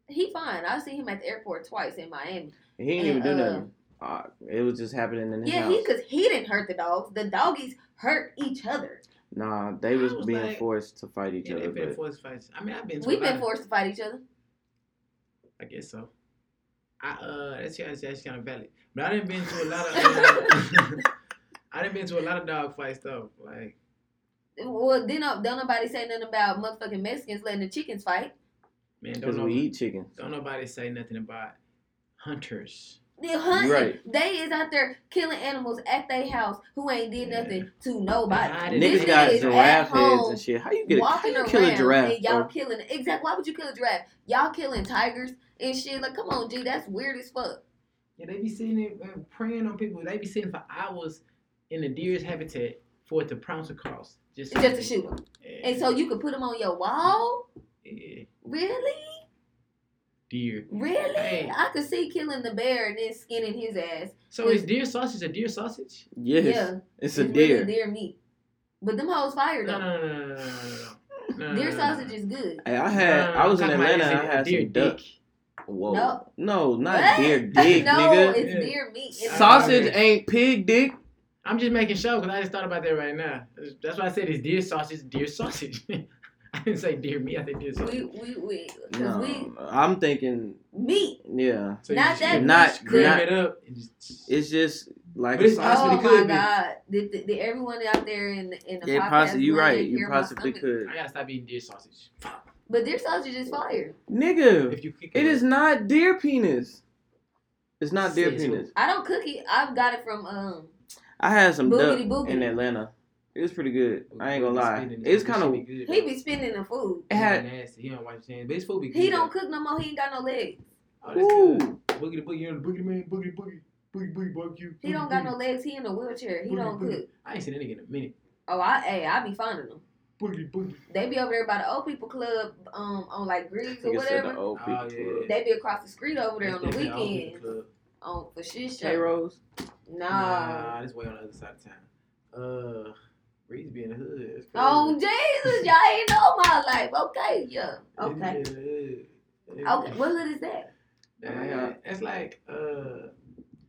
He fine. I've seen him at the airport twice in Miami.
He ain't
And,
even do
uh,
nothing. Uh, it was just happening in his
Yeah,
house.
he because he didn't hurt the dogs. The doggies hurt each other.
Nah, they
I
was,
was
being
like-
forced to fight each
Yeah,
other.
they've been
But
forced fights. I mean, I've been. To
We've
a lot
been
of-
forced to fight each other.
I guess so. I uh, that's yeah, that's, that's kind of valid. But I didn't been to a lot of. Uh, I didn't been to a lot of dog fights though. Like
Well, then uh, don't nobody say nothing about motherfucking Mexicans letting the chickens fight.
man, don't
because
know.
we eat chicken.
Don't nobody say nothing about hunters.
They hunting.
Right.
They is out there killing animals at their house who ain't did nothing to nobody.
Nah,
This
Niggas
nigga
got
is
giraffe
at home
heads and shit. How you get a, how
walking
you
around
kill a giraffe?
and y'all
bro?
killing exactly. Why would you kill a giraffe? Y'all killing tigers and shit. Like, come on, G, that's weird as fuck.
Yeah, they be sitting there uh, preying on people. They be sitting for hours in the deer's habitat for it to pounce across. Just,
Just to shoot them,
Yeah.
and so you could put them on your wall.
yeah.
Really,
deer.
really?
Hey.
I could see killing the bear and then skinning his ass.
So is deer sausage a deer sausage?
Yes,
Yeah,
it's a
really
deer.
deer meat. But them hoes fire
No,
though.
no, no, no, no, no, no, no, no.
Deer sausage is good.
Hey, I had I was in Atlanta. and I had
deer
some duck.
dick.
Whoa,
No.
no, not
What?
deer dick,
no,
nigga.
it's
Yeah.
deer meat. It's
Sausage ain't pig dick.
I'm just making sure because I just thought about that right now. That's why I said it's deer sausage, deer sausage. I didn't say deer meat. I said deer sausage.
We we we, 'cause
No,
we
I'm thinking,
meat.
yeah,
So
Not
you just
that
Not-
much,
Cram
not-
it up. And just,
it's just like
But it's
a
possibly
Oh
sausage.
could
my
be.
god! Did, did, did everyone out there in the, in Oh, the
yeah,
podcast?
possibly. You
land
right. You
hear my
possibly
stomach?
could,
I gotta stop eating deer sausage.
But their sausage is fire.
nigga.
If you cook
It is not deer penis. It's not deer
Sis,
penis.
I don't cook it. I've got it from um.
I had some duck
Boogity boogity.
in Atlanta. It was pretty good. I ain't gonna lie.
Spinning
It's
shit
kind of
be good,
He
bro.
be spending the food.
it had.
nasty. He don't wipe his hands, but his food be good.
He don't
though.
cook no more. He ain't got no legs.
Oh, that's
Ooh,
good. Boogity boogie, you're the boogity man, boogity boogie, boogie boogie barbecue.
He don't
boogie,
got
boogie.
Mm-hmm.
no legs. He in a wheelchair. He don't cook.
I ain't seen that nigga in a minute.
Oh, I hey, I be finding them.
Boogity boogie.
They be over there by the old people club, um, on like Griggs or
Nigga said the
whatever.
old
Oh,
people.
yeah.
club.
They be across the street over there
That's
on the
definitely all
weekends.
good club.
On Oh, for shit
Tay
show.
Rose.
Nah.
Nah, this way on the other side of town. Uh, Reed's be in the hood. That's crazy.
Oh Jesus, y'all ain't know my life. Okay, yeah.
Reed's be
Okay.
in the hood. Yeah.
Okay. What hood is that?
Yeah, it's like uh,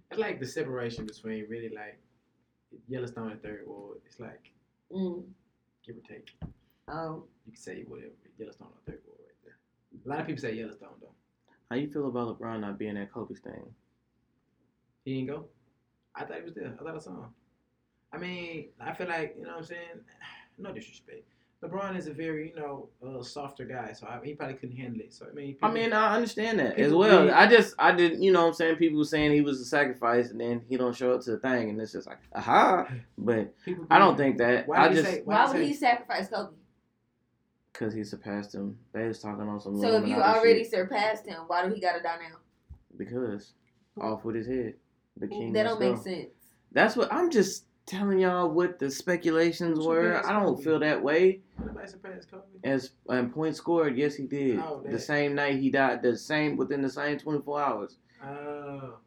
it's like the separation between really like Yellowstone and Third Ward. It's like
Mm.
give or take.
Oh.
You can say whatever Yellowstone or Third Ward right there. A lot of people say Yellowstone though.
How you feel about LeBron not being at Kobe's thing?
He didn't go. I thought he was there. I thought I saw him. I mean, I feel like you know what I'm saying. No disrespect. LeBron is a very you know uh, softer guy, so I, he probably couldn't handle it. So I mean,
I mean, I understand that as
People
well.
really-
I just, I didn't, you know what I'm saying? People saying he was a sacrifice and then he don't show up to the thing and it's just like, aha. But
people
I don't
really-
think that.
Why
I
did he
just,
say-
Why
did
would
say-
he sacrifice Kobe?
because he surpassed him. They was talking on some
So if you
Illuminati
already
shit.
surpassed him, why do he gotta die now?
Because off with his head. The king.
that
must
don't make
go.
sense.
That's what I'm just telling y'all what the speculations
What you
were.
guys
I don't
think?
feel that way.
Nobody surpassed Kobe.
As and points scored, yes he did.
Oh,
the
that.
same night he died, the same within the same 24 hours.
Oh,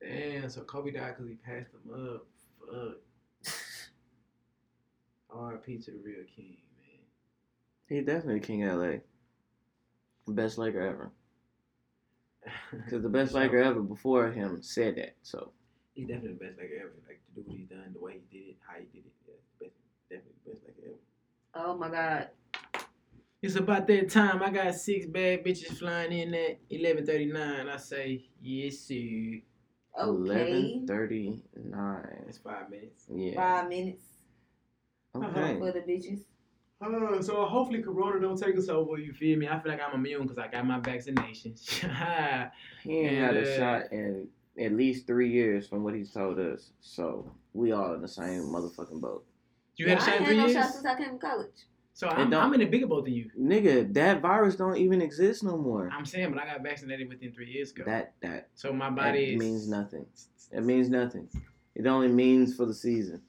damn! So Kobe died because he passed him up. Fuck. R.I.P. to the real king, man.
He definitely king of LA. Best Laker ever. Because the best
So-
Laker ever before him said that. So
He's definitely the best Laker ever. Like to do what he's done, the way he did it, how he did it. Yeah, best, definitely the best Laker ever.
Oh my god.
It's about that time. I got six bad bitches flying in at eleven thirty nine. I say yes, sir.
Okay.
eleven thirty nine.
That's five minutes.
Yeah.
Five minutes
Okay.
for the bitches.
Uh, so hopefully Corona don't take us over. You feel me? I feel like I'm immune because I got my vaccination.
He ain't had
And, uh,
a shot in at least three years from what he's told us. So we all in the same motherfucking boat.
you had a
Yeah,
shot
I
in
ain't
three
had no
years.
shot since I came to college.
so I'm,
don't-
I'm in a bigger boat than you.
Nigga, that virus don't even exist no more.
I'm saying, but I got vaccinated within three years ago.
That that,
so my
that
body is,
means nothing. It means nothing. It only means for the season.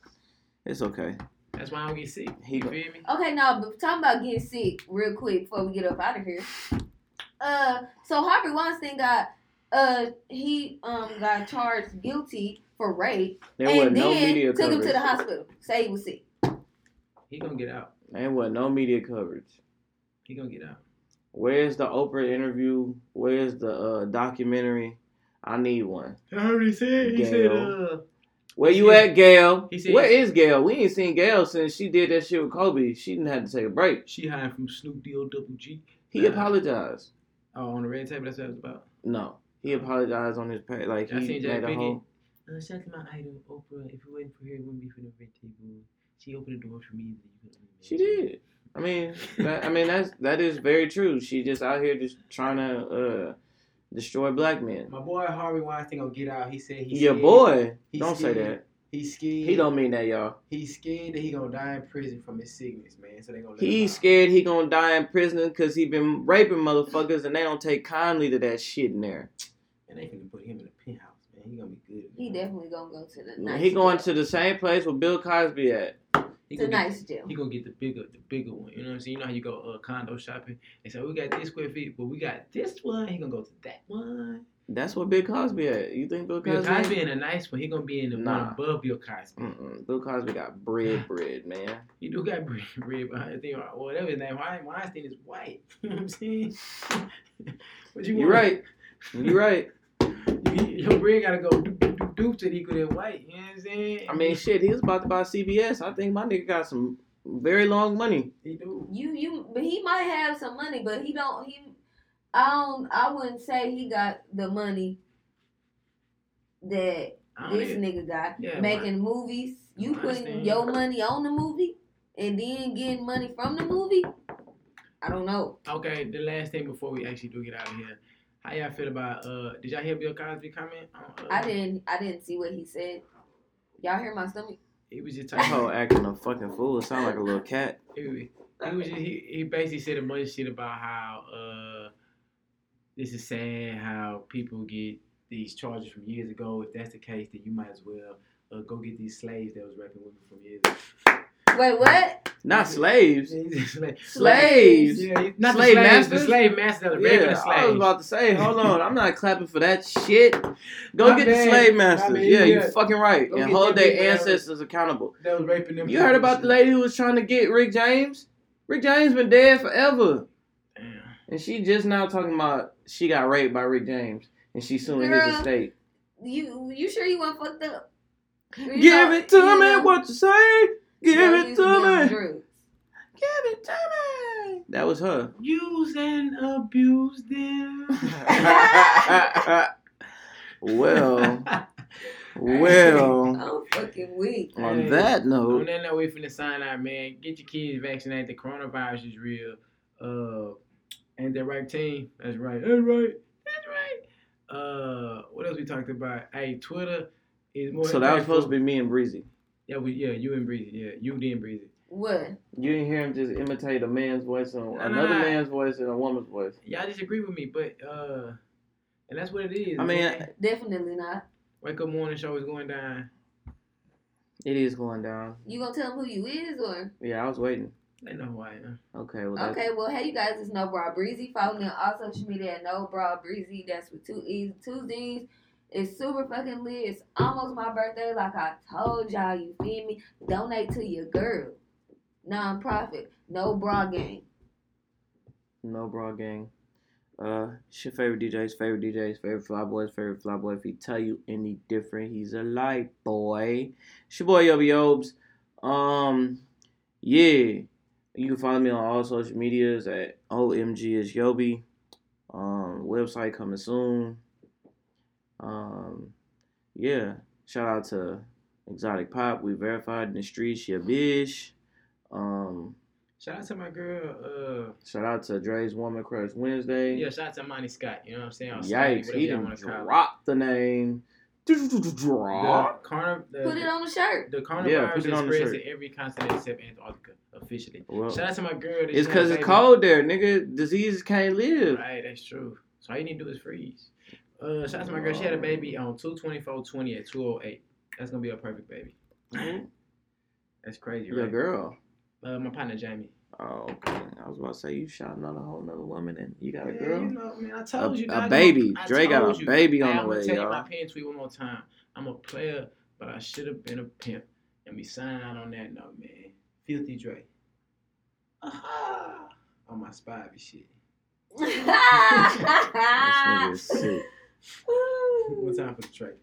It's okay.
That's why I don't get sick.
He
you
go-
feel me?
Okay, now but talking about getting sick real quick before we get up out of here. Uh, so Harvey Weinstein got uh he um got charged guilty for rape
There was
and
no
then
media
took
coverage.
him to the hospital. Say he was sick.
He gonna get out.
There was no media coverage.
He gonna get out.
Where's the Oprah interview? Where's the uh, documentary? I need one.
I heard he said.
he said, Gail.
Uh,
Where
He
you
said-
at, Gail?
he said-
Where is Gail? We ain't seen Gail since she did that shit with Kobe. She didn't have to take a break.
she hiding from Snoop D O Double G.
He
Nah.
apologized.
Oh, on the red table. That's what it was about.
No, he apologized on his page. Like
I
he
seen Jack
made a
Pinkett.
whole.
Uh, shout out to my idol Oprah. If it wasn't for her, it wouldn't be for the red table. She opened the door for me.
She did. I mean, that, I mean that's that is very true. She just out here just trying to uh, destroy black men.
My boy Harvey Weinstein gonna get out. He said he
Your
scared.
boy,
He
don't say
scared.
that.
He's scared.
He don't mean that, y'all.
He's scared that he gonna die in prison from his sickness, man. So they gonna. Let him out.
He's scared he gonna die in prison because he been raping motherfuckers and they don't take kindly to that shit in there.
And they finna put him in a penthouse, man. He gonna be good.
He definitely gonna go to the nice.
He going
jail.
to the same place where Bill Cosby at.
He
the
gonna get-
nice jail.
He gonna get the bigger, the bigger one. You know what I'm saying? You know how you go uh, condo shopping and say we got this square feet, but we got this one. He gonna go to that one.
That's where Bill Cosby at. You think Bill
Bill
Cosby?
Cosby in a nice one. He gonna be in the
Nah. Mm.
one above Bill Cosby.
Mm-mm. Bill Cosby got bread, bread, man.
You do got red, red behind the thing, or whatever his name. Why Weinstein is white? You know what I'm saying? but you
You
want-
right. You right.
You- Your bread gotta go doop doop doop doop to the equal that white. You know what I'm saying?
I mean, shit. He was about to buy CBS. I think my nigga got some very long money.
he do.
You you but he might have some money, but he don't he I don't I wouldn't say he got the money that
I don't
Oh, this
even-
nigga got
Yeah,
making movies. You
I
putting
understand.
your money on the movie and then getting money from the movie? I don't know.
Okay, the last thing before we actually do get out of here. How y'all feel about uh did y'all hear Bill Cosby comment? on, uh,
Uh-huh.
I didn't I didn't see what he said. Y'all hear my stomach?
He was just
That
talking
whole acting a fucking fool. It sound like a little cat.
he, was- he was just, he, he basically said a bunch of shit about how uh this is sad how people get these charges from years ago. If that's the case, then you might as well uh, go get these slaves that was raping women from years ago.
Wait, what?
Not slaves.
Slave,
Slaves.
Yeah, he- not the slaves,
Slave
the
masters?
slave masters that was raping the
Yeah,
slaves.
I was about to say, hold on, I'm not clapping for that shit. Go
My bad.
get the slave masters.
My bad,
yeah,
yeah.
you fucking right.
Go
and
get
hold
them
their
people out.
ancestors accountable.
that was raping them.
You heard
people.
about the lady who was trying to get Rick James? Rick James been dead forever.
Damn.
And she just now talking about she got raped by Rick James and she suing
Girl,
his estate.
You you sure you weren't fucked up? You
Give
know-
it to
you
me
know-
what you say. Give
you know, you
it
used be on
to me.
drugs.
Give it to me. That was her.
Use and abuse them.
well, well.
I'm fucking weak.
On
Hey,
that
On
note,
that note, we finna sign out, man. Get your kids vaccinated. The coronavirus is real. Uh, ain't that right, team? That's right. That's right. That's right. Uh, what else we talked about? Hey, Twitter is more.
so that was supposed to be me and Breezy.
Yeah, we, yeah, you and Breezy. Yeah, you did Breezy.
What?
You didn't hear him just imitate a man's voice and
no,
another
no.
man's voice and a woman's voice.
Y'all disagree with me, but uh, and that's what it is.
I mean,
man.
Definitely not.
wake up morning show is going down.
It is going down.
You gonna tell them who you is or?
Yeah, I was waiting.
They know who I am.
Okay, well, that's
Okay, well, hey, you guys, it's No Bra Breezy. Follow me on all social media at No Bra Breezy. That's with two E's, two Z's. It's super fucking lit. It's almost my birthday, like I told y'all. You feel me? Donate to your girl. Nonprofit. No Bra Gang.
no bra gang. Uh, it's your favorite DJs, favorite DJs, favorite fly boys, favorite fly boy. If he tell you any different, he's a light boy. It's your boy Yobi Obes. Um, yeah, you can follow me on all social medias at OMG is Yobi. Um, website coming soon. Um, yeah, shout out to Exotic Pop. We verified in the streets, your bitch. Um,
Shout out to my girl. Uh,
shout out to Dre's Woman Crush Wednesday.
yeah, shout out to Monty Scott. You know what I'm saying? Or Scotty,
Yikes,
whatever
he
y'all
done
wanna call him.
dropped the name.
The
Drop.
carniv- the,
Put it on the shirt.
The coronavirus
Yeah, put
is
it on the
spreads
shirt.
to every continent except Antarctica officially.
Well,
Shout out to my girl. that
it's
she
because
had a
it's
baby.
cold there, nigga. Diseases can't live.
Right, that's true. So all you need to do is freeze. Uh, shout out to my girl. She had a baby on two twenty four twenty at two oh eight. That's gonna be a perfect baby.
Ooh,
That's crazy,
Your
right?
girl.
Uh, my partner Jamie.
Oh, okay. I was about to say you shot another whole nother woman and you got a
Yeah,
girl.
you know, man, I told
A-
you,
a
dog, I'm
baby.
I
Dre got
told
a
you.
baby on
Hey,
the
I'm gonna
way,
tell you
y'all.
my pen tweet one more time. I'm a player, but I should have been a pimp. And we sign out on that note, man. Filthy Dre. Aha! On my spy shit.
This nigga is sick.
One time for the track.